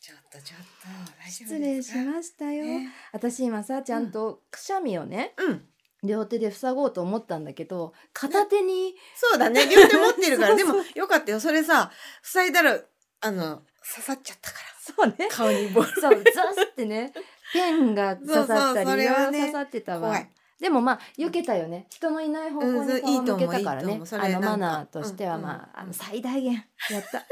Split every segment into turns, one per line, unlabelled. ちょっと大丈
失
夫で
礼
す
し
か
ましたよ、
ね
私今さちゃんとくしゃみをね、
うん
両手で塞ごうと思ったんだけど片 手に
そうだね両手持ってるから
そう
で
そ
もよかった よそれさ塞いだらあの刺さっちゃったか
そうね
ら顔にボール
そうザスってねペンが刺さった
そうそうそ
り
れ
いろい
は
ろ
ね
刺さってたわ、
怖い
でもまあ避けたよね人のいない方向
うんそう
に
いいと思
顔を向
う
けたから
いいと
ね
思うそれな
あの
んか
マナーとしては
うん
ま
う
あ,、
ん
あの最大限やった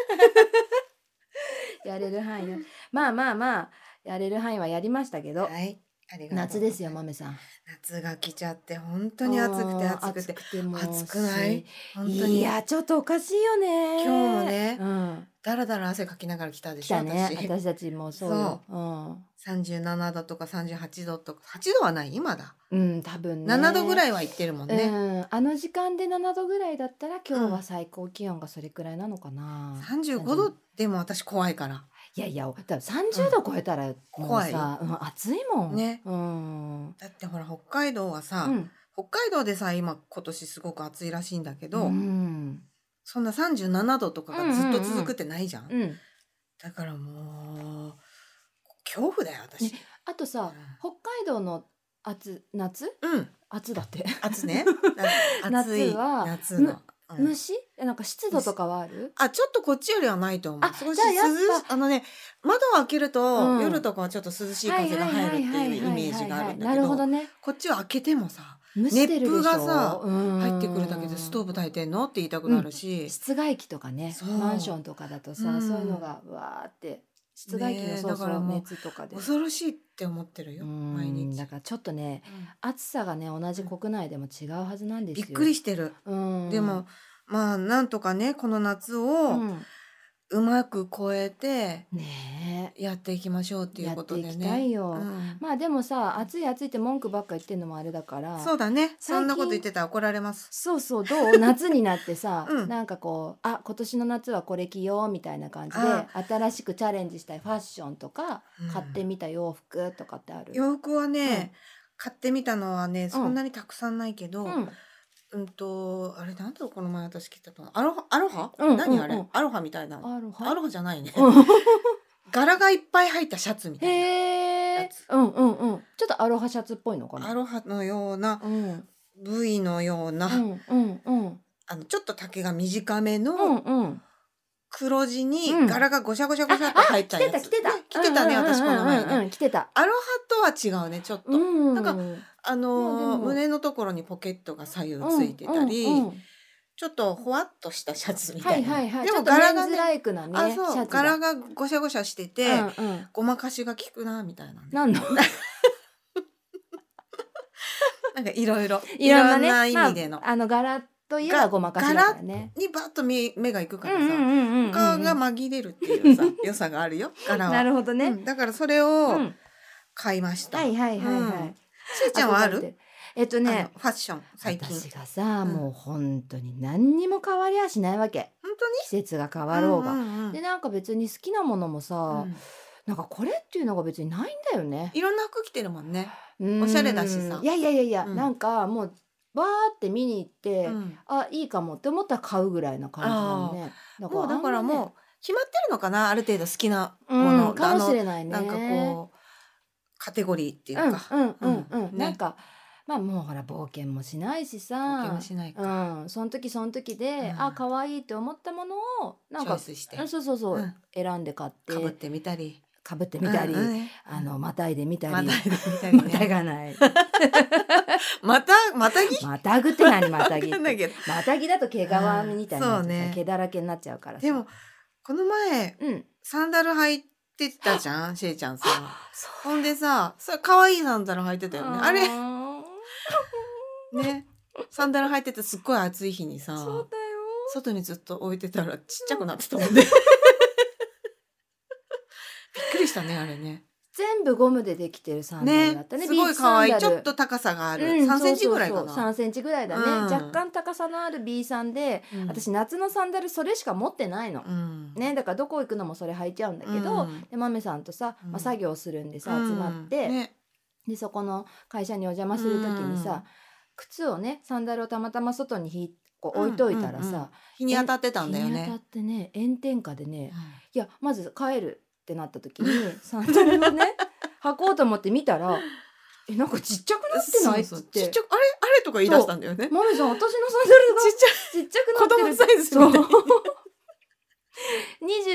やれる範囲はまあまあまあやれる範囲はやりましたけど
はいありがとう
夏ですよ豆さん
夏が来ちゃって本当に暑くて
あー
暑くて
暑くてもう
暑くない本当に
いやちょっとおかしいよね
今日もね
うん
だらだら汗かきながら来たで
来
しょ
たね
私
私たちもそうようん
37度とか38度とか8度はない今だ、
うん多分ね
7度ぐら
い
いは行ってるもん
う
ね、
んあの時間で7度ぐらいだったら今日は最高気温がそれくらいなのかな
35度でも私怖いから
いやいやだ30度超えたらもう
怖い
さうん暑いもん
ね
うん
だってほら北海道はさ、
うん
北海道でさ今今年すごく暑いらしいんだけど、
うん
そんな37度とかがずっと続くってないじゃん,、
うん
だからもう恐怖だよ私、
あとさ北海道の暑夏
うん
暑だって
暑ねな
夏
暑い
は
夏の、うん
虫えなんか湿度とかはある
あちょっとこっちよりはないと思う
あ
少し
じゃあやっ
涼しあのね窓を開けると、
うん
夜とかはちょっと涼しい風が入るっていうイメージがあるんだ
な
け
るほど
ど
ね
こっちは開けてもさ
蒸してるでしょ
熱風がさ
うん
入ってくるだけでストーブ炊いてんのって言いたくなるし、
室外機とかね
そう
マンションとかだとさ、
うん
そういうのがわーって室外機の
ねえ
そうそ
だから
う
もう
熱とかで、
恐ろしいって思ってるよ
うん
毎日、
だからちょっとね
うん
暑さがね同じ国内でも違うはずなんです
び
よ
っくりしてる、
うん
でもまあなんとかねこの夏
う
を
ん
うまく超えて
ねえ
やっていきましょうっていうことでね
やっていきたいよ
うん
まあでもさ暑い暑いって文句ばっか言ってんのもあれだから
そうだねそ
最近
んなこと言ってたら怒られます
そうそうどう 夏になってさ、
うん
なんかこうあ今年の夏はこれ着ようみたいな感じで
あ
新しくチャレンジしたいファッションとか、
うん
買ってみた洋服とかってある
洋服はね、
うん
買ってみたのはねそんなにたくさんないけど、う
うんん、
とあれなんだろうこの前私着てたのアロハアロハ、
うん
何あれ、
うんうん
アロハみたいなの
アロハ
アロハじゃないね、
うん
柄がいっぱい入ったシャツみたい
へえ
やつ
うんうんうんちょっとアロハシャツっぽいのか
な
な
アロハのような
うんうん
部位のような、
うんうん
あのちょっと丈が短め
う
の
んうん
黒地に
うん
柄がごしゃごしゃごしゃって入っ
来
た
て
や
た
つ、
来てた
ね着てたね、
うんうんうん
私この前ね、
うんうん来てた
アロハとは違うねちょっと、
うん
なんかあ
いやで
のー
も
胸のところにポケットが左右ついてたり、
うんうんうん
ちょっとほわっとしたシャツみ
は
た
い
いな、
はいはい
で
ちょ
も
っとメ
柄
ン
が
ズ
ね
ライクなね
あ
シャ
そう
ツだ
柄がごしゃごしゃしてて、
うんうん
ごまかしが効くなみたいなね、
な んの
なんかいろいろ
いろんなね
いろんな意味での、
まあ、あの柄といえばごまかしだからね
にバッと目目がいく
う
か
ん
ら
う
さ、
んうんうんうん
他が紛れるっていうさ良さがあるよ柄は
なるほどね、
うんだからそれ
う
を
ん
買いました、
はいはいはいはい、
うんしーちゃんはある
えっと
あ
ね
のファッション最近
私がさ、
うん
もう本当に何にも変わりはしないわけ
本当に
季節が変わろうが、
んんうん
でなんか別に好きなものもさ、
うん
なんかこれっていうのが別にないんだよね
いろんな服着てるもんね、
うん
おしゃれだしさ
いやいやいやいや、
うん
なんかもうわーって見に行って、
うん
あいいかもって思ったら買うぐらいな感じなのねだ
もうだからもう決まってるのかなある程度好きな
う
もの、
うん、かもしれないね
あのなんかこうカテゴリーっていうか、
うんうんうんうん、
うんね
なんかまあもうほら冒険もしないし
冒
さ
険もしないか、
うん、その時その時で、
うん
あ可愛いって思ったものをなん
チョ
か
イスして
うんそうそうそう、
うん
選んで買って
かぶってみたり
かぶってみたり、
うんうん
あのまたいでみた
また
り、
いでみたり
また
ね
がない
またまたぎ
またぐって何またぎっ
わかん ない
て
けど
またぎだと毛皮みたいになってさ、
そうね
毛だらけになっちゃうからさ
でもこの前
うん
サンダル履いてたじゃんしえちゃんさ
そ
ほんでさそれ可愛いサンダル履いてたよねあれ
ー
ねサンダル履いててすっごい暑い日にさ
そうだよ
外にずっと置いてたらちっちゃくなってたも んねびっくりしたねあれね
全部ゴムでできてるサンダルだ
ね
ったね
すごい可愛
ビ
い
ーチ
ち
サンダ
ょ
ル
っと高さがある、
うん
3センチぐらいかな
そうそうそう3センチぐらいだね、
うん
若干高さのある B さんで、
うん
私夏のサンダルそれしか持ってないの、
うん
ねだからどこ行くのもそれ履いちゃうんだけど、
うん
でマメさんとさ、
うん
まあ、作業するんでさ、
うん
集まって、
ね
でそこの会社にお邪魔する時にさ、
うん
靴をねサンダルをたまたま外にひこう置いといたら
うんうん
さ、
日に当たってたんだよ
日に当
ね
たってね炎天下でねいやまず帰るってなった時 にサンダルをね履こうと思って見たら「えなんかちっちゃくなってない?」っ
そう
つっ
そうちってちゃくあれあれとか言い出したんだよね
「マミさん私のサンダルが
ちっちゃい
ちっちゃくなってる」
子供サイズみたい
そう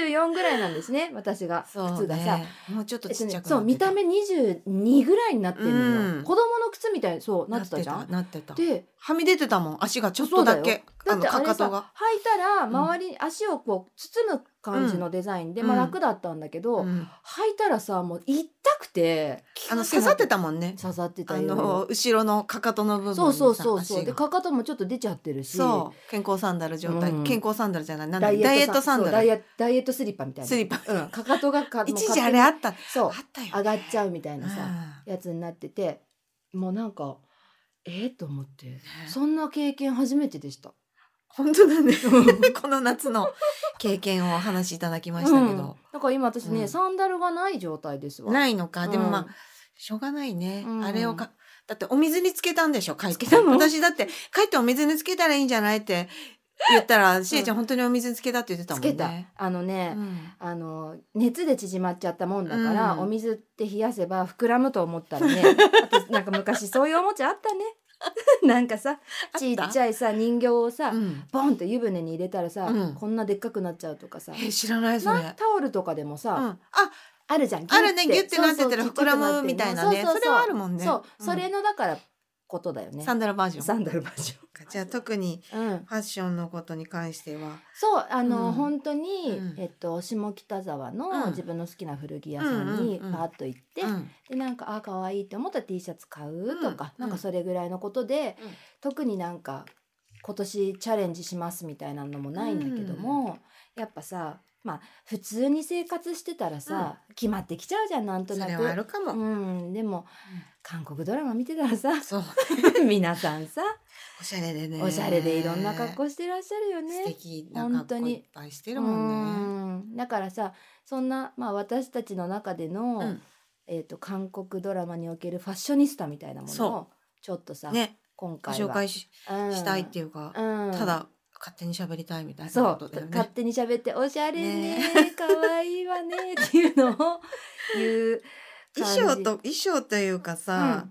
24ぐらいなんですね私が靴がさ、
もうちょっと
えっ
ち
と
っちゃくなって
ね
た
そう見た目22ぐらいになってるのよ、
うん
子供の靴みたいにそうな
な
っ
って
た
て
じゃ
た
ん
なってた
で
はみ出てたもん足がちょっ
そ
と
うだ
だ
よ
け
だ
あ
っ
の
てあ
か
れ
か
さ
と
履
が
いたら周りに足をこう包む感じのデザインで、
うん
まあ、楽だったんだけ
う
ど、
ん
履いたらさもう痛くて
あの刺さってたもんね
刺さってた
あ
よ
の後ろのかかとの部分にさ
そうそうそうそう
足
で
が
かかともちょっと出ちゃってるし
そう健康サンダル状態、
うん
健康サンダルじゃないなんだダイエットサン
そう
ダ
ダイ
ル
エダイエットスリッパみたいな
スリッパ
うん、かかとがか
一時あれあったあっ
そう
たよね
上がっちゃうみたいなさ、
う
やつになっててもうなんかえー、と思ってそんな経験初めてでした。
ん本当だね この夏の経験をお話しいただきましたけ
うん
ど、
だから今私ね、
うん
サンダルがない状態ですわ。
ないのかでもまあ、
うん
しょうがないね、
うん
あれをかだってお水につけたんでしょ帰って
つけたの
私だって帰ってお水につけたらいいんじゃないって言ったら、しえちゃん本当にお水につけたって言ってたも
つ
んね
けたあのね、
うん
あの熱で縮まっちゃったもんだから、
うん
お水って冷やせば膨らむと思ったらね あとなんか昔そういうおもちゃあったねなんかさちっちゃいさ人形をさ、
うん
ボンって湯船に入れたらさ、
うん
こんなでっかくなっちゃうとかさ、
え知らないそれ
なタオルとかでもさ、
うん、あ
あるじゃん
あるねギュッてなってたら
そうそ
膨
う
らむみたいなね
そうそうう
それはあるもんね
そう
うん
それのだからことだよね
サンダルバージョン
サンダルバージ
じゃあ特に
ョン、うん、
ファッションのことに関しては
そうあの、
うん
本当に、
うん
えっと、下北沢
う
の
ん
自分の好きな古着屋さんに
うん
パ
うんうん
ーッと行って、
うん
でなんかあ可愛いって思ったら T シャツ買うとか、
うん
なんかそれぐらいのことで、
うん
特になんか今年チャレンジしますみたいなのもないんだけども、やっぱさまあ普通に生活してたらさ、決まってきちゃうじゃんなんと
そ
な
れ
く
はあ。るかも、
うん、でも、韓国ドラマ見てたら さ
そう
皆さんさ
おしゃれでね
おしゃれでいろんな格好してらっしゃるよね。
素敵な格好いっぱいしてるもんね
うんだからさそんな、まあ、私たちの中での、
うん
えー、と韓国ドラマにおけるファッショニスタみたいなものをちょっとさ、
ね
今
ご
回は
紹介し
うん
したいっていうか、
うん
ただ勝手に喋りたいみたいなこ
そ
と
う、
だよ
勝
ね。
手に喋って「おしゃれね
ね
可愛いわね」 っていうの を言う
衣
感
装
じ
と衣装というかさ、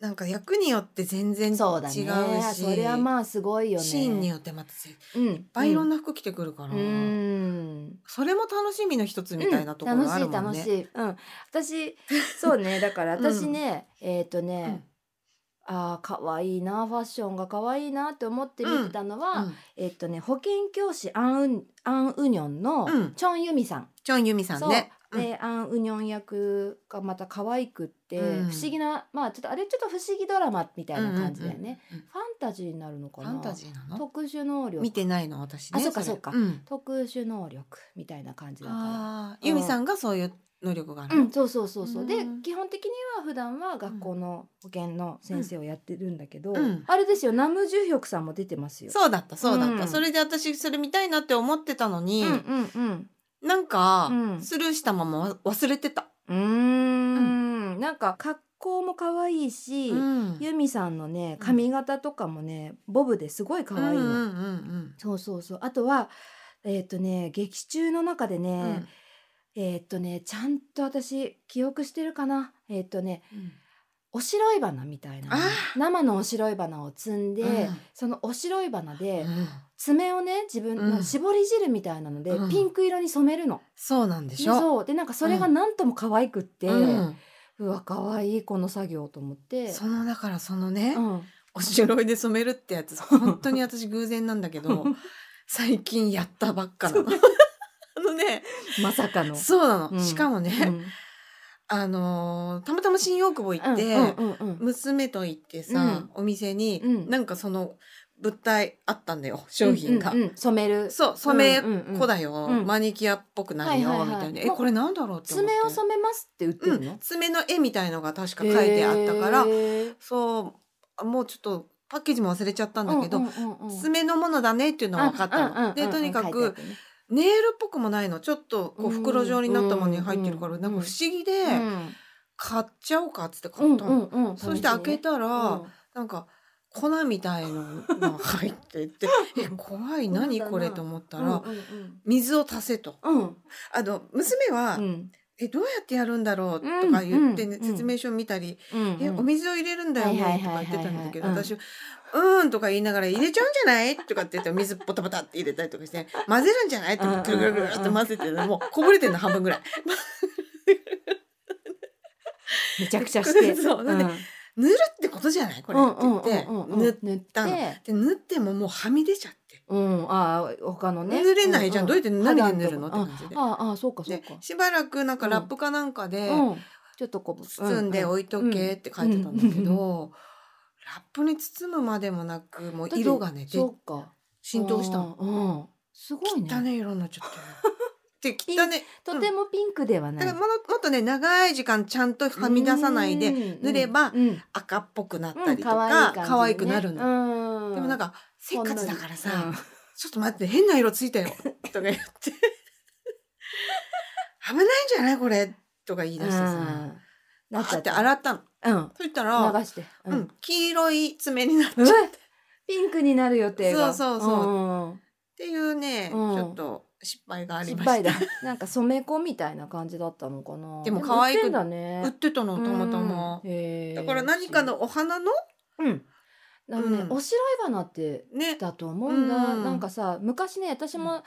なんか役によって全然違うし、
そうだねそれはまあすごいよね。
シーンによってまたいっ
うんいっ
ぱいいろん
な
な服着てくるから、
うんうん
それも楽しみの一つみたいなところがあるもんね。
うん、楽しい楽しい。うん。私そ うねだから
うん
私ね、えっ、とね、ああ可愛いなファッションが可愛いなって思って見てたのは、
うん
えっ、とね保健教師アンウンアンウニョンの
うん
チョンユミさん。
チョンユミさんね。
そうで、アン・ウニョン役がまた可愛くって、
うん
不思議なまあちょっとあれちょっと不思議ドラマみたいな感じだよね、
うんうんうん。
ファンタジーになるのか
フ
な
ァンタジーなの？
特殊能力
見てないの私ね。
あそうか
れ
そうか
ん
特殊能力みたいな感じだから
ああ、ユミさんがそういう能力がある
う
の。
ん、そうそうそうそう、で
うん
基本的には普段は学校の保健の先生をやってるんだけど、
うん
あれですよナムジュヒョクさんも出てますよ。
そうだったそうだった、
うん
それで私それ見たいなって思ってたのに、
うんうんうん。
なんか、
うん
スルーしたままわ忘れてた、
うーん、なんか格好も可愛いし、
うん
ユミさんのね髪型とかもねボブですごい可愛いの。
うんうんうん
そうそうそう。あとはえっ、とね劇中の中でね、
うんうん
えっ、とねちゃんと私記憶してるかな。えっ、とね
うん
おしろい花みたいな
あ
の
ー
生のおしろい花を摘んで、
うん
そのおしろい花
う
で
ん
爪をね自分
うん
の絞り汁みたいなので、
うん
ピンク色に染めるの。
そうなんで
で
しょ
そうでなんかそれがなんとも可愛くって、う
うん
わ可愛いこの作業と思って。
そのだからそのね、
うん、
おしろいで染めるってやつ本当に私偶然なんだけど最近やったばっかなの あのね
まさかの。
そうなの、
うん
しかもね、
うん
あのーたまたま新大久保行って、
うんうんうん
娘と行ってさ、お店に、
うん
なんかその物体あったんだよ商品が、
うんうんうん染める
そう染
うんうんう
め
ん
粉だよ、
うん
マニキュアっぽくなるよ、
はいはいはい
みたいな、
も
え
う
これなんだろうって思って
爪を染めますって売って
う
るの、
ん、爪の絵みたいのが確か書いてあったから、
へー
そうもうちょっとパッケージも忘れちゃったんだけど、
うんうんうんうん
爪のものだねっていうのは分かったの。
うんうんうん
でとにか
うんうん書い
く
てあっ
ネイルっぽくもないのちょっとこう袋状になったものに入ってるから、
うん
なんか不思議で、
たね
買っちゃおうかっつって
う
買
ん
ったの。
うんうんうん
そして開けたら、
うん
なんか粉みたいのが入っててえ怖い
粉だな
何これと思ったら、
うんうん
水を足せと
うん
あの娘は、
うん
えどうやってやるんだろうとか言って、ね
うんうん
説明書見たり、
うん
えお水を入れるんだよ
はいはい
ねとか
はいはいはい
言ってたんだけど
うん
私は「うーん」とか言いながら「入れちゃうんじゃない?」とかって言って水ボタボタって入れたりとかして「混ぜるんじゃない?」ってぐるぐるぐるって混ぜてもうこぼれてるの半分ぐらい
めちゃくちゃして。
そうなんで
うん
塗るってことじゃないこれって言って
うんうんうんうん
塗っ
塗って
たので塗ってももうはみ出ちゃって
うん、ああ他のね
塗れないじゃんどうやって何で
肌の
塗
とこ
るのって感じで
ああああそうかそう
で
か、
しばらくなんかラップかなんかで
うん、ちょっとこう
包んで
い
置いとけって書いてたんだけどラップに包むまでもなくもう色がねで
そうか
浸透したの。
ああうんすごいね
汚ね色になっちゃってる。で汚ね。
とてもピンクではな
だ
い
からものもっとね長い時間ちゃんとはみ出さないで塗
塗
れば
うんうん
赤っぽくなったりと
可愛い
か
感じね
可愛くなるの。
うん
でもなん
か
かせっかちだからさ「ちょっと待って変な色ついたよ」とか言って 「危ないんじゃないこれ」とか言い出してさ。
なっち
あ
ゃ
っ
ってて
洗ったの。
うん
そしたら
流して
うん、黄色い爪になっちゃ
う
っ
ん
てっ
ピンクになる予定が
そうそうそうん
んん
ていうねち
うん
ょっと失敗があり
失
まし
敗
た
だ。なんか染め子みたいな感じだったのかな
でも可愛く
売ってんだね
売ってたのたまたま
うん。へー
だから何かのお花の
うんあのね、
うん
お白い花って
ね
だと思うんだ、
うん
なんかさ昔ね私も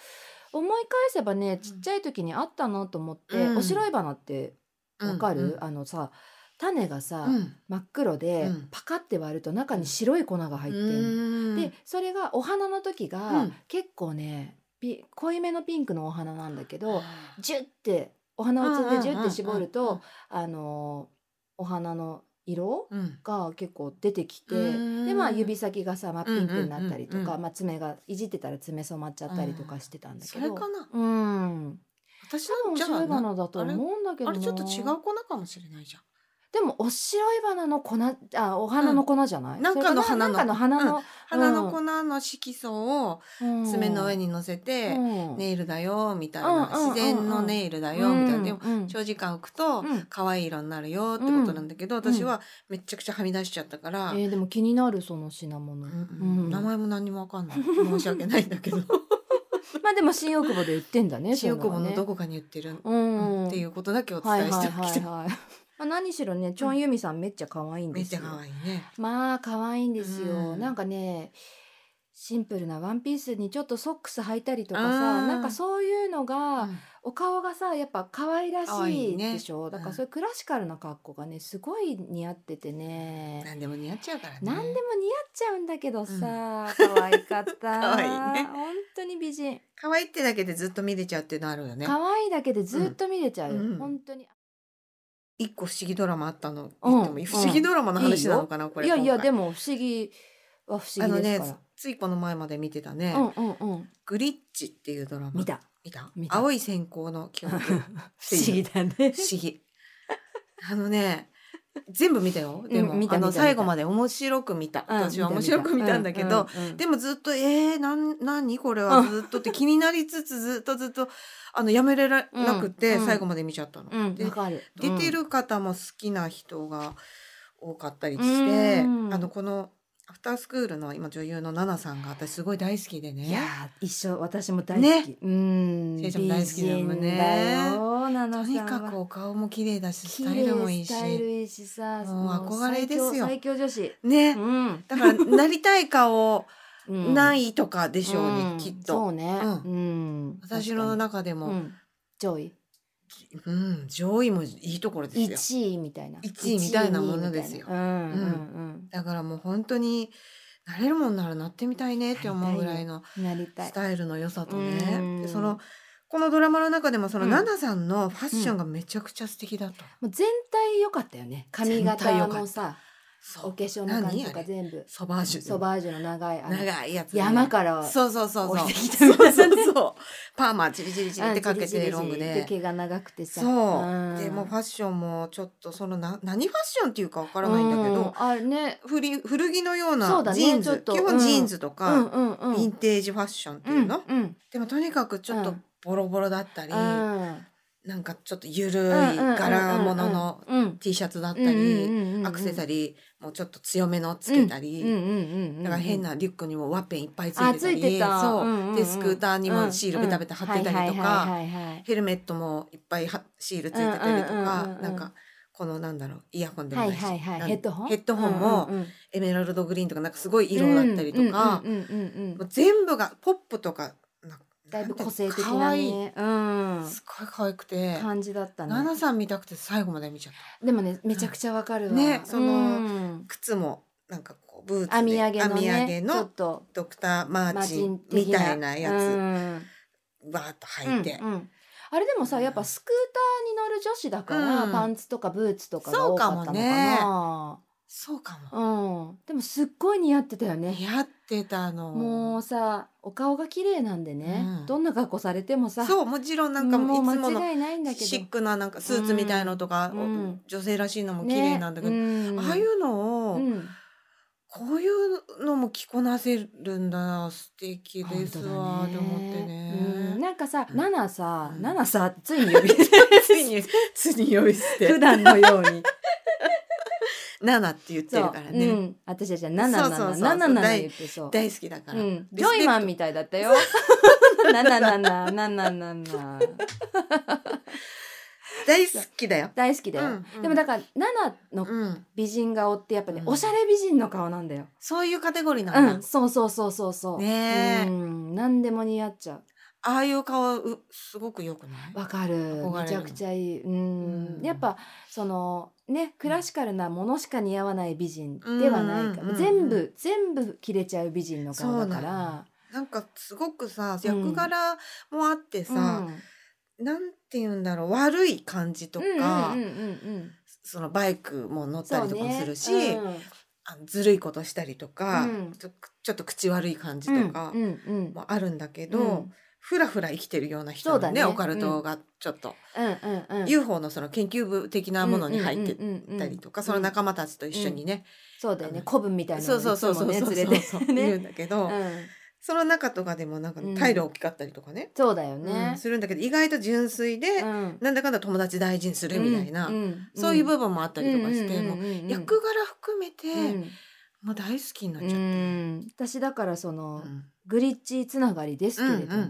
思い返せばねちっちゃい時にあったなと思って、
うん
お白い花ってわかる、
うん
あのさ種がさ、
うん
真っ黒で、
うん
パカって割ると中に白い粉が入ってる、
うん
でそれがお花の時が、
うん
結構ねピ濃いめのピンクのお花なんだけど、
あ
ジュッてお花をつってジュッて絞
うん
る
うんうん
とあのーお花の色
ーうん
が結構出てきて
うん
でまあ指先がさ、まあ、ピンクになったりと
うんうんうん
か
うん
まあ爪がいじってたら爪染まっちゃったりとかしてたんだ
そ
け
れ
ど
かな
うん
私の
多分
じゃ
白
あ
い
な
花だと思うんだけど
あ
な
れちょっと違う粉かもしれないじゃ
でもお白い花の粉あお花の粉じゃない、
うんなんかの
それ
花の
なんかの花の、
ん花の粉の色素を
うん
爪の上に乗せて
うん
ネイルだよみたい
うん
な
うんうんうん
自然のネイルだよみたいなでも
うん
長時間置くと
うん
可愛い色になるよってことなんだけど
ん
私はめちゃくちゃはみ出しちゃったから
えーでも気になるその品物、
うんう
うん
ん名前も何にもわかんない申し訳ないんだ けど
まあでも新大久保で売ってんだね。
新大久保のど
こ、
こかに売ってる
うん、
っていううことだけお
んはい
伝えしておきたい。
はいはいはい まあ何しろね、チョンユミさんめっちゃ可愛いん
め
で
っ
す
ちゃ
よ。
可愛いね。
まあ可愛いんですよ。
うん
なんかね、シンプルなワンピースにちょっとソックス履いたりとか
あ
さ、
ー
なんかそういうのが、
うん
お顔がさ、やっぱ可愛らし
可愛い
い
ね
でしょ。だからそういうクラシカルな格好がね、すごい似合っててね。
何でも似合っちゃうからね。
なんでも似合っちゃうんだけどさ、 可愛かった。
可愛いね
本当に美人。
可愛いってだけでずっと見れちゃうっていうのあるよね。
可愛いだけでずっと見れちゃうよ、
うん
本当に
一個不思議ドラマあったの。
うん
言ってもいい不思議ドラマの話なのかな、これ。
いやいやで
も。
も不思議は不
あ
思
の
議で
ね
すから、、
ついこの前まで見てたね、
うんうんうん
グリッチっていうドラマ。
見。た
見た
見た
青い閃光の記憶。不
不
思議
だね
議。あのね、全部見たよ。でも、
うん見た
あの、
見た
最後まで面白く見た。 私は面白く見たんだけど、、
うんうん
でもずっと「えー、なん何これはずっと」って気になりつつずっとずっとあのやめれらなくて
うん
最後まで見ちゃったの。
うん
で
わかる
出てる方も好きな人が多かったりして、
うん
あのこの「アフタースクール」の今女優のナナさんが私すごい大好きで
うんいや
ね。
ー一緒私も大好き、うん
せいちゃんも大好きだもんね
美人だよな
と
なさん
に
は
かくお顔も綺麗だしス
綺
タ
麗
イルもいいし
スタイルいいしさ
もう憧れですよ
最強最強女子
ね
うん
だからなりたい顔
うん
ないとかでしょうね、
ん
きっ
そ
と。
うね、
う
うんん
私の中で
確か
も、
にうん上位
うん上位もいいところですよ。
1位みたいな
一位みたいなものですよ
一位みたいなうん
だからもう本当になれるもんならなってみたいねって思うぐらいの
うんうんなりた
ス
い
タイルの良さと
うん
ねでそのこのドラマの中でもその
うん
ナナさんのファッションがめちゃくちゃ素敵だった、
もう全体良かったよね髪
全体良か
型
った
もさ
そ
お
う
化粧の感じ
何
と
あ
か
れ
全部
ソバージュ
ソバージュの長いあの
長いやつね、
山から
そうそうそうそ
降
う
りてき
そ
たみ
う
たいな
そ
ね
うそうパーマチリチリチリってかけ
うんジリ
て
ジリジリ
ロングで
毛が長くてさ
そう、
ん
でもうファッションもちょっとそのな何ファッションっていうかわからないんだけ
う
ど、
あれね
ふり古着のよう
そう
な
だね
ジーンズ、
ちょっと
基本ジーンズと
う
か、
んうんうん
ヴィンテージファッションっていうの、
うんうん
でもとにかくちょっ
う
と
ん
ボロボロだったり、
うん
なんかちょっとゆるい
うん
柄物の
うん
T シャツだった
うんうんうん
り、
うんうん
アクセサリーもちょっと強めのつけたり、
うんうんうんうん
だから変なリュックにもワッペンいっぱいついてたり
あついてた
そう、
うんうんうん
でスクーターにもシールベタベタ貼ってたりとか、
うんうんはいはいはいはい
ヘルメットもいっぱいはシールついてたりとか、
うんうんうんうん
なんかこのなんだろうイヤホンでも
は
ないいし、
はいはい
なん
ヘッドホン
ヘッドホンも
うんうんうん
エメラルドグリーンとかなんかすごい色だったりとか、
うんうんうんうんうん
もう全部がポップとかな
だいぶ個性的
なんていうの可
な
愛い
ねうん
すごい可愛くて、
感じだったね
ナナさん見たくて最後まで見ちゃった。
でもねめちゃくちゃわかるわ
ねその
うん
靴もなんかこうブーツで
編み上げの
編み上げ
ねち
の
ょっと
ドクターマ
マ
ーチ
ジン
ン
的
みたいなや
う
つ
ん
バーッと履いて、
うんうんあれでもさやっぱスクーターに乗る女子だから、
うん
パンツとかブーツとかが多かったのかな
そうかも
うん、でもすっごい似合ってたよね
似合ってたの
もうさお顔が綺麗なんでね、
うん
どんな格好されてもさ
そうもちろんなんかもういつもの
間違いないんだけど
シックななんかスーツみたいのとか、
うん
女性らしいのも綺麗なんだけど、ああいうのを、
うん
こういうのも着こなせるんだな素敵ですわ、
本
と
当だ
思ってね、
うんなんかさ、
うん
ナナさ、
うん
ナナさ、ついに 呼び捨て、
つい についに呼び捨
普
て
段のように。
ナナって言って
そ
る
う
から、ね、
うん、私たちはナナナ
そうそう
ナ
そう
ナナナナ言ってそう。
大好きだから、
うん、
リ
ジ
ス
ョ
ペクト
イマンみたい だったよ。ナナナナナナナナ。
大好きだよ、
大好きだよ。
うんうん
でもだからナナの
うん、
美人顔ってやっぱね、
うん
おしゃれ美人の顔なんだよ。
そういうカテゴリーなん
う
だ、
ん、そうそうそうそうそう。
ねえ
うん、何でも似合っちゃう。
ああいう顔うすごくよくない
わかる
憧れる
めちゃくちゃいい、う
うん
ん、やっぱそのねクラシカルなものしか似合わない美人
うん
ではないか
うん
ら全部全部切れちゃう美人の顔だか
そうな
ら
なんかすごくさ
うん
役柄もあってさ、なんて言うんだろう悪い感じと
うん
か、
うんうんうん
そのバイクも乗ったりとかもするし、
そうねうん
あのずるいことしたりとか、
うん
ちょちょっと口悪い感じとか
うんうん
もあるんだけ
う
ど、
んうん
ふらふら生きてるような人
そ
の
うだ
ね
ね
オカルトがちょっと、
うんうん
UFO のその研究部的なものに入ってたりとか、
うんうん
そ
うんうん
の仲間たちと一緒にね、
そうだよね
あの
古文みたいな
そうそうそう
の
そう
にいつ
そ
も
うそ
ね連
う
れて
そういるんだけど、
うん
その中とかでもなんか
うん
態度大きかったりとかね、
そうだよ
う
ね
んするんだけど意外と純粋で、
うん
なんだかんだ友達大事にするみたいな、
んん
そういう部分もあったりとかして、
うんうん
も
うんうん
う役柄含めて、
うん
もう大好きになっちゃって
う
る。
ん私だからその、
うん
グリッチーつながりです
うん
けれども、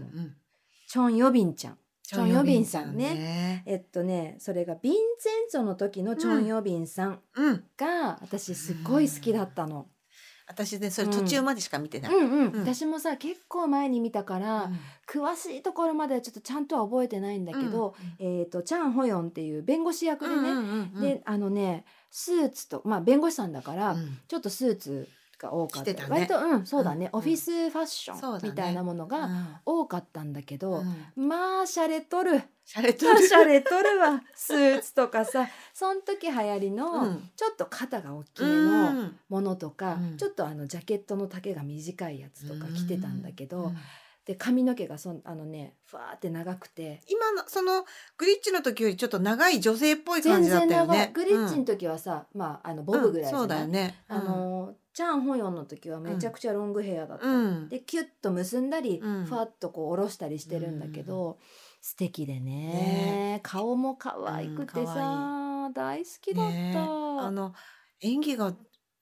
チョン・ヨビンちゃんチョンヨビンさんね
ね。
えっとねそれがヴィンセンツォの時のチョン・ヨビンさん
うん。
が、私すっごい好きだったの、
私ねそれ途中までしか見て
う
ない。
んうん
うん
私もさ結構前に見たから、
うん
詳しいところまではちょっとちゃんとは覚えてないんだけど、、えっとチャン・ホヨンっていう弁護士役
う
で
ん
ね、
うんうんうん、
であのねスーツとまあ弁護士さんだから、
うん
ちょっとスーツが多かった
着てたね
割とうんそうだね、
うん
オフィスファッシ
そう
ョ
だ
ン
ね
みたいなものが多かったんだけど、
うん
まあシャレと る。
シャレと
お
る
しゃれとるわスーツとかさそん時流行り
う
の
ん
ちょっと肩が大き
う
めの
ん
ものとか、
うん
ちょっとあのジャケットの丈が短いやつとか着てたんだけど、
うん
で髪の毛がそんあのねふわーって長くて
今のそのグリッチの時よりちょっと長い女性っぽい感
全
じだっ
然
たよ
長い
ね。
グリッチ
う
の
ん
時はさ、まああのボブぐらいじ
うんそ
ゃ
う
な
だ
い、
よね。
あのチャンホヨンの時はめちゃくちゃロングヘアだった、
うん
でキュッと結んだり、
うん
ふわっとこう下ろしたりしてるんだけど、素敵でね
ね
顔も可愛くてさ、大好きだった、
ねあの演技が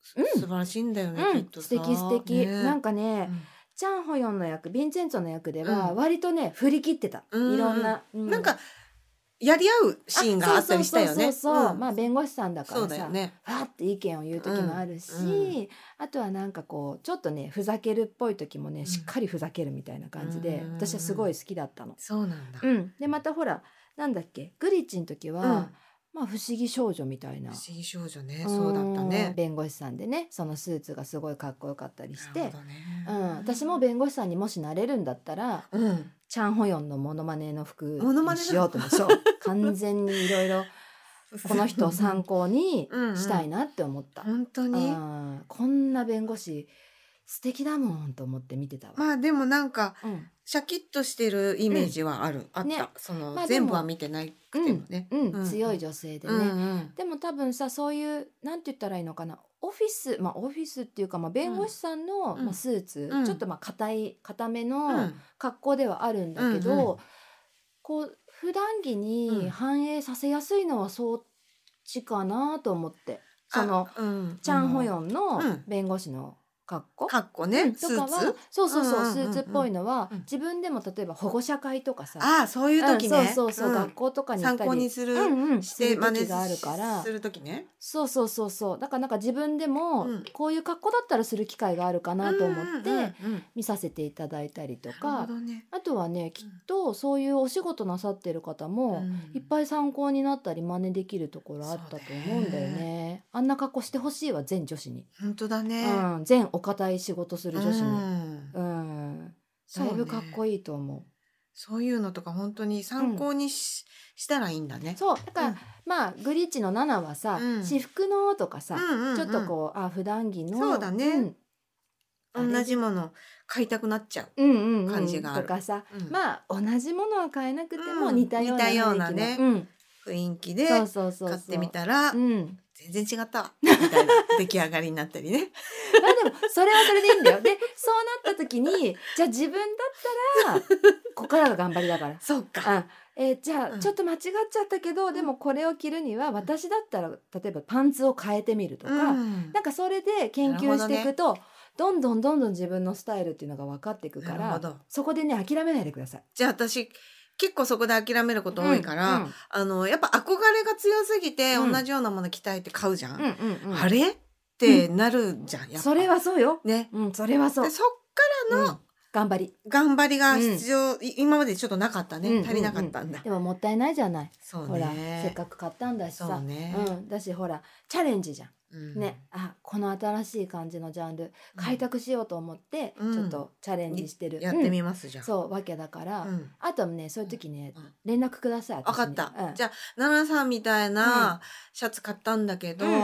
す
うん
素晴らしいんだよ
う
ね、きっ
ん
とさ
素敵素敵、なん
か、
か
う
ね、
ん
チャンホヨンの役ヴィンチェンツォの役で
う
は
ん
割とね振り切ってた、
うん
いろんな、う
なんかやり合うシーンがあったりしたよね。
あそうそうそうそう、
ん
まあ弁護士さんだから
そ
さ
うだよね。
わーって意見を言う時もあるし、
うんうん
あとはなんかこうちょっとねふざけるっぽい時もね、
うん
しっかりふざけるみたいな感じで、
うん
私はすごい好きだったの。
そうなんだ。
うん、でまたほらなんだっけグリッチの時は、
うん
まあ不思議少女みたいな
不。思議少女ね、そうだった
うん
ね。
弁護士さんでねそのスーツがすごいかっこよかったりし
なる
て
ほ、どね
うん、私も弁護士さんにもしなれるんだったら
うん、
チャン・ホヨンのモノマネの服
モノマネなの
にしようと思ってそう完全にいろい ろこの人を参考にしたいなって思っ た。
本当に。
うんこんな弁護士素敵だもんと思って見てたわ。
まあでもなんか
うん
シャキッとしてるイメージはある、あった、
ね
その、
まあで
全
も
部は見てないくてもね、
うん
うん
強い女性でね、
うんうん
でも多分さそういうなんて言ったらいいのかなオフィスまあオフィスっていうか、まあ、弁護士さんの、
うん
まあ、スーツ、
うん
ちょっとまあ硬い硬め
う
の
ん
格好ではあるんだけど、
うんう
こう普段着
うん
に反映させやすいのはそっちかなと思って、その
あうん
チャン・ホヨンの
うん
弁護士の格好、
かっこね
と
ス
か
ー
は
ツ
そうそうそう,、
うんうんうんうん
スーツっぽいのは、
うん
自分でも例えば保護者会とかさ
ああそういう時
うん
ね
そうそうそう、
ん
学校とかに行っ
参
た
考に
り
す
う
る
んうん
し
す
て
る
真
時
似
があるから
する時ね
そうそうそうそうだからなんか自分でも
うん
こういう格好だったらする機会があるかなと思っ
うんうんうん
て
うん
見させていただいたりと
なる
か
ほどね
あとはねきっとそういうお仕事なさってる方もい
い
っぱい参考になったり真似できるところあったと思うんだよ
そうだ
ね。あんな格好してほしいわ全女子に、
本当だね
うん、全お堅い仕事する女子に、
に
うん、だいぶかっこ
いい
いいと思う。
そういうのとか本当に参考にししたらいいんだね
そう,、だから、
うん
まあグリッチの7はさ、
うん
私服のとかさ、
うんうんうん
ちょっとこうあ普段着の
そうだね
んあれ
同じもの買いたくなっちゃう
うんうんうん
感じがある
とかさ、
うん
まあ同じものは買えなくても
うん
似たような雰囲気の
似たようなね
うん、
雰囲気で
そうそうそうそう
買ってみたら
うん、
全然違ったわみたいな出来上がりになったり ね
まあでもそれはそれでいいんだよでそうなった時にじゃあ自分だったらここからが頑張りだ から
そうか
あえーじゃ
う
あ
ん
ちょっと間違っちゃったけど、でもこれを着るには私だったら例えばパンツを変えてみるとか、
うん
なんかそれで研究していくとど,、んどんどんどん自分のスタイルっていうのが分かっていくか
なるほ
ら
ど
そこでね諦めないでください。
じゃあ私結構そこで諦めること多いから、
うん
あのやっぱ憧れが強すぎて、
うん
同じようなもの着たいって買うじゃん、
うんうんうん
あれってなるじゃん、やっぱ
それはそうよ。
ね
うん、それはそう
で。そっから
う
の
ん頑張り。
頑張りが必要、い今までちょっとなかったね、
うんうん
足りなかったんだ、
でももったいないじゃない。
そう
ほら、せっ
ね
かく買ったんだし
そう
さ。
ね、
うん、だしほらチャレンジじゃん、
うん
ねあこの新しい感じのジャンル
うん
開拓しようと思って、
うん
ちょっとチャレンジしてる、
やって
う
みますじゃ
ん
ん、
そうわけだから、
うん
あとはねそういう時ね、
うん
連絡ください
分
私
か
に
った、
うん
じゃあ奈々さんみたいなシャツ買ったんだけど、
うん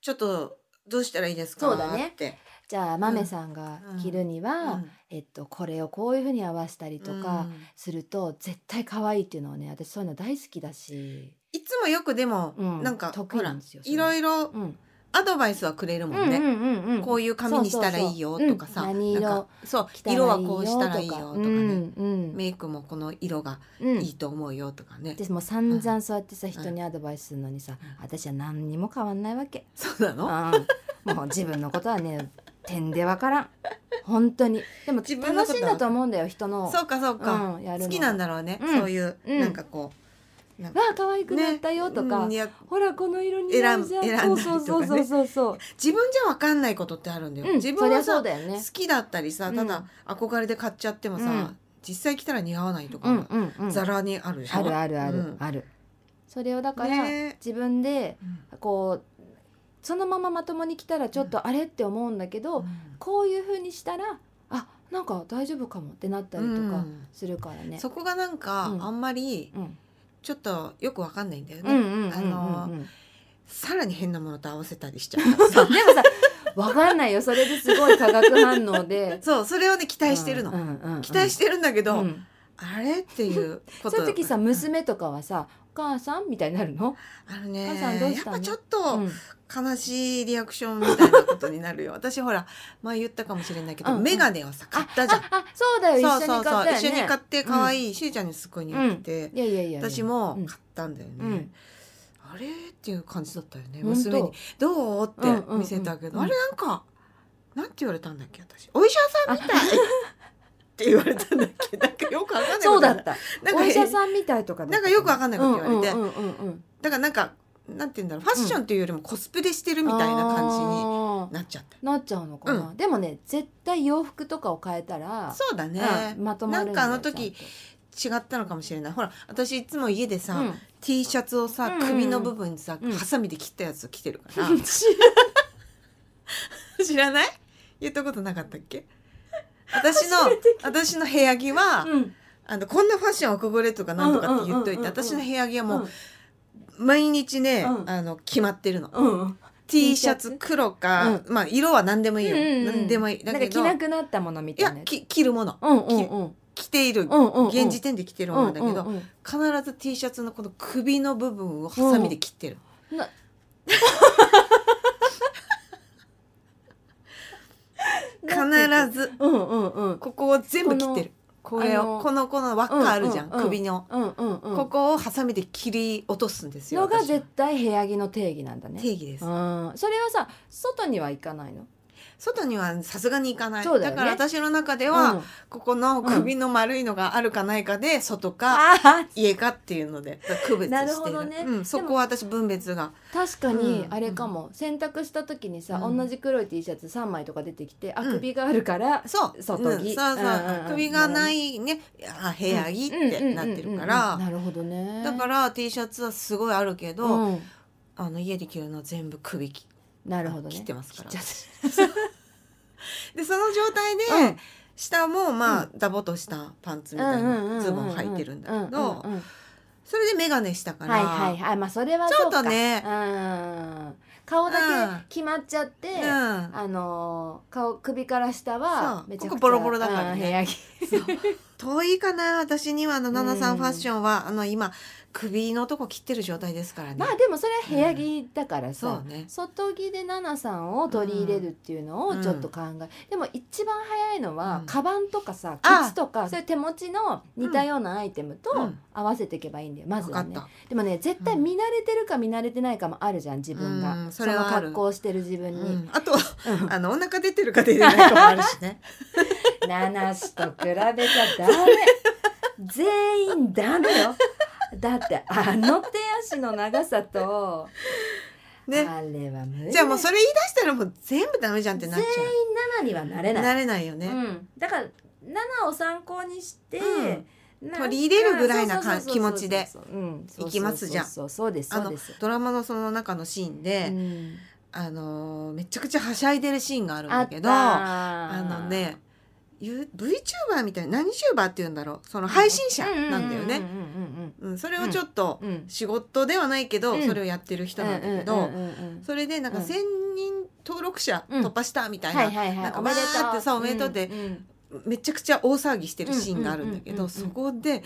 ちょっとどうしたらいいですか
そうだね
って、
じゃあマメさんが着るには、
うん
えっと、これをこういうふうに合わせたりと
う
か
ん
すると、絶対可愛いっていうのはね私そういうの大好きだし、
いつもよくでも、
うん
なんか
得
ほ
意な
ら
んですよ
いろいろ
うん
アドバイスはくれるもんね、
うんうんうんうん
こういう髪にしたらいいよとかさ、
そうそうそううん何
なん
色
かそう
着たらいいよ
色はこうしたらいいよとかね、
うん
メイクもこの色が
うん、
いいと思うよとかね、
でもう散々そうやってさ、
ん
人にアドバイスするのにさ、
うん
私は何にも変わんないわけ、
そうな
う
の
ん、もう自分のことはね点でわからん本当にでも
自分のこと
楽しいんだと思うんだよ人の
そうかそうか、
うんやるの
好きなんだろうね、
うん
そういう、
うん
なんかこうなんか
わあ可愛くなったよとか、
ねうんいや
ほらこの色似合うじゃん
選ん選
そ
んだ
う
り
そ
とかね
うそうそうそうそう
自分じゃ分かんないことってあるんだよ、
うん、
自
そ
分
り
は
ゃそ
さ、
うだよね
好。きだったりさ
うん
ただ憧れで買っちゃってもさ、
うん
実際来たら似合わないとか、
うんうんうん。
ザラにあるでしょ
あるあるある、
うん
ある。それをだから、
ねえ
自分で
うん
こうそのまままともに来たらちょっとあれって思うんだけど、
うん
こういう風にしたらあなんか大丈夫かもってなったりと
う
か
ん
するからね。
そこがなんか、
うん
あんまり
うん
ちょっとよくわかんないんだよ
う
ね、
んうんうんうんうん
あのさらに変なものと合わせたりしちゃ うからさ
でもさわかんないよそれですごい化学反応で
そうそれをね期待してるの、
うんうんうんうん
期待してるんだけど、
うん
あれっていうこと
そういう時さ娘とかはさ「お母さん?」みたいになるの、
あのね
母さんどうしたの
やっぱちょっ
う
と
ん
悲しいリアクションみたいなことになるよ私ほら前言ったかもしれないけど、
うんうん
メガネをさ買ったじゃん
ああそうだよ一緒
そうそう
に買
そ
った
う
よね
一緒に買って可愛い、しーちゃんにすごい似合ってて、
いやいやいやいや
私も
うん
買ったんだよね、
うん
あれっていう感じだったよね
本当
娘に「どう?」って
うんうんうん
見せたけど、
うん
あれなんかなんて言われたんだっけ私「お医者さんみたい」って言われたんだっ けなんかよくわかんないこと
そうだった
なん
お
か
医者
ん
さんみたいとかだった
なんかよくわかんないこと言われて、
うんうんうんうんうん
だからなんかなんて言うんだろうファッションっていうよりもコスプレしてるみたいな感じに
あー
なっちゃった、
なっちゃうのかな、でもね絶対洋服とかを変えたら
そうだね、
うんまとまるんだよ
なんかあの時
ち
違ったのかもしれないほら私いつも家で
ゃ
さ、
んと
T シャツをさ
うんうん
首の部分にさ、
うん
ハサミで切ったやつを着てるから、
うん
知らない言ったことなかったっ け私の私の部屋着は、
うん
あのこんなファッション憧れとかなんとかって言っとい
う
て
んうんうんうんうん
私の部屋着はもう毎日ね、
うん
あの決まってるの、
うんうん
T シ
T シ
ャ
ャ
ツ
ツ
黒か、まあ色は何でもいいよ、
うんうんうん
何でもいい
な
だ
んか
け
着
ど
なくなったものみ
い
たい
や
なやつ
き着るもの
うんうんうん
着ている、
うんうんうん
現時点で着てるものだけど、
うんうんうん
必ず T シャツのこの首の部分をハサミで切ってる。
うんな
必ず
うんうんうん
ここを全部切ってる。
こ
あれをこのこの輪っかあるじゃん、
うんうん
首の、
うんうんうん
ここをハサミで切り落とすんですよ
のが
私は
絶対部屋着の定義なんだね
定義です、
うんそれはさ外には行かないの
外にはさすがに行かない
そうだ
だ,、
よね
から私の中では、
うん
ここの首の丸いのがあるかないかで外か
あー
家かっていうので区別してる
なるほどね
うん、そこは私分別が
確かに
うん
あれかも、洗濯した時にさ、
うん
同じ黒い T シャツ3枚とか出てきて、あ
うん
首があるから
そう
外
う
着
んそうそう、
うんうんうん
首がないねあ部屋着ってなってるか
う
ら
んうんうんうんなるほどね
だからら T シャツはすごいあるけど、
うん、
あの家で着るのは全部首切
なるほどね
切ってますから
切っち
でその状態で、
ゃって
下もまあダボっとしたパンツみたいなズボン履いてるんだけ
うんうん
ど
うんうん
それで眼鏡したから、
はいはいはいまあそれはそうか
ちょっとね
うん、顔だけ決まっちゃって、
うん
あのー顔首から下は
そう
めちゃくちゃ
ここボロボロだからね
うん部屋着
遠いかな私にはあのナナさ
うん
んファッションはあの今首のとこ切ってる状態ですからね。
まあでもそれは部屋着だから
そ
さ、
うね
外着で奈々さんを取り入れるっていうのをちょっと考え、でも一番早いのは、
うん
カバンとかさ
あ
靴とかそういう手持ちの似たようなアイテム
う
と
ん
合わせていけばいいんだよまず
分
は
かっ
ね
た。
でもね絶対見慣れてるか見慣れてないかもあるじゃん自分が、
うん
そ
それ
の
はある
格好をしてる自分
う
に、
ん、あと
うん
あのお腹出てるか出てないかもあるし ね。
ナナシと比べちゃダ メ全員ダメよだってあの手足の長さと、
ね。
あれは無理
じゃあもうそれ言い出したらもう全部ダメじゃんってなっちゃ
全員ナナにはなれ
う。
ない
なれないよね。
うん、だから7を参考にして、なんか
取り入れるぐらいな感
そうそうそうそう
気持ちで
うんそうそうそうそう
いきますじゃん
そうそうです
あ
そう
の
です。
ドラマのその中のシーンで、
うん
あのーめちゃくちゃはしゃいでるシーンがあるん
あ
だ
っ
けど
た
あのねユ VTuber みたいな何 YouTuber っていうんだろうその配信者なんだよ
うん
ね。
うん
うん、それをちょっと
うんうんうんうん
仕事ではないけど、
うん
それをやってる人なんだけど、
うんうんうんうん
それでなんか
うん
1,000人登録者
うん
突破したみたいな、
はいはいは
なん
い
か
おめで
わ
と
ーっ
う
てさおめでとうって
んん
めちゃくちゃ大騒ぎしてるシーンがあるんだけ
うんうんうんうんうん
どそこで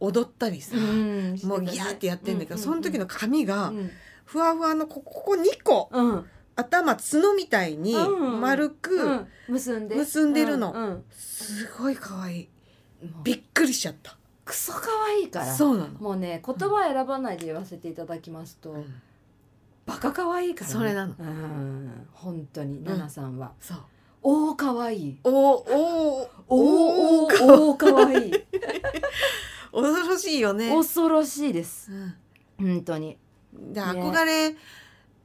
踊ったりさ、
うんん
もうギャーってやってんだけど、その時の髪
う
が
ん
ふわふわのこここ2個
うんうん
頭角みたいに
うん
丸く、
うん結んで
結んでるの
うんうん
すごい可愛い
もう
びっくりしちゃった
クソ可愛いから
そうなの、
もうね言葉選ばないで言わせていただきますと、
うん
バカ可愛いから、ね、
それなの
うん本当に奈々さんは、
そう
おお可愛い
おおー
おおお
おー
お可愛い
恐ろしいよね、
恐ろしいです
うん
本当に、
で
ね
憧れ、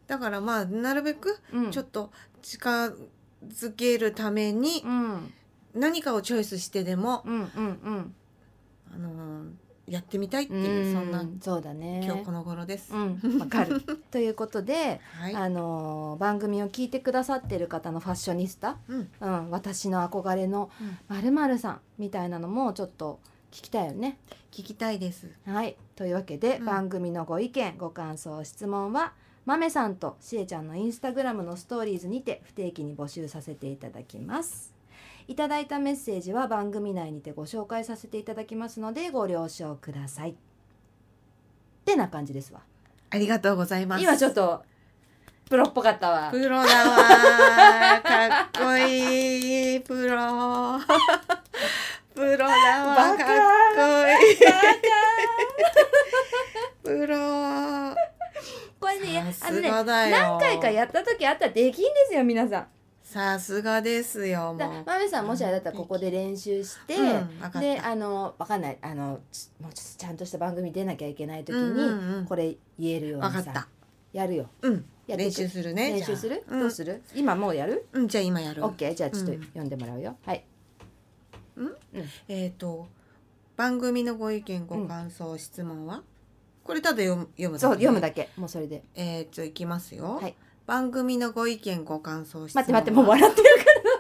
だからまあなるべく
うん、
ちょっ
と
と近づけるために
うん
何かをチョイスしてでも、
うんうん
あのーやってみたいって
うん
いう、
うん
そんな
そうだね
今日この頃です。
うんわかる ということで、
はい、
あのー番組を聞いてくださってる方のファッショニスタ、
うん
うん、私の憧れのまるまるさんみたいなのもちょっと聞きたいよね
聞きたいです。
はい、というわけで、
うん
番組のご意見ご感想質問はまめさんとしえちゃんのインスタグラムのストーリーズにて不定期に募集させていただきますいただいたメッセージは番組内にてご紹介させていただきますのでご了承くださいってな感じですわ
ありがとうございます。
今ちょっとプロっぽかったわ
プロだわー。かっこいい。プロ。プロだわ
バカ
ー。かっこいい。プロ。
これね
さ
あの
す
ね
がだよ。
何回かやった時あったらできんですよ皆さん
さすがですよ。
だ
もう。
まめさんもしあれだったらここで練習して、
うんわかった
であのわかんないあのちもうちょっとちゃんとした番組出なきゃいけない時に、
うんうんうん
これ言えるように
わ
さ
かった。
やるよ
うん。
やってく
練習するね。
練習する、
じゃあ
どうする今もうやる、
うん、うん、じゃあ今やる
オ。ッケーじゃあちょっと
うん
読んでもらうよ、はい
えっ、と番組のご意見ご感想、質問はこれただ読む読む
そう読む
だけ
だけもうそれで
えっ、といきますよ。
はい
番組のご意見ご感想質問
待って待ってもう笑ってるから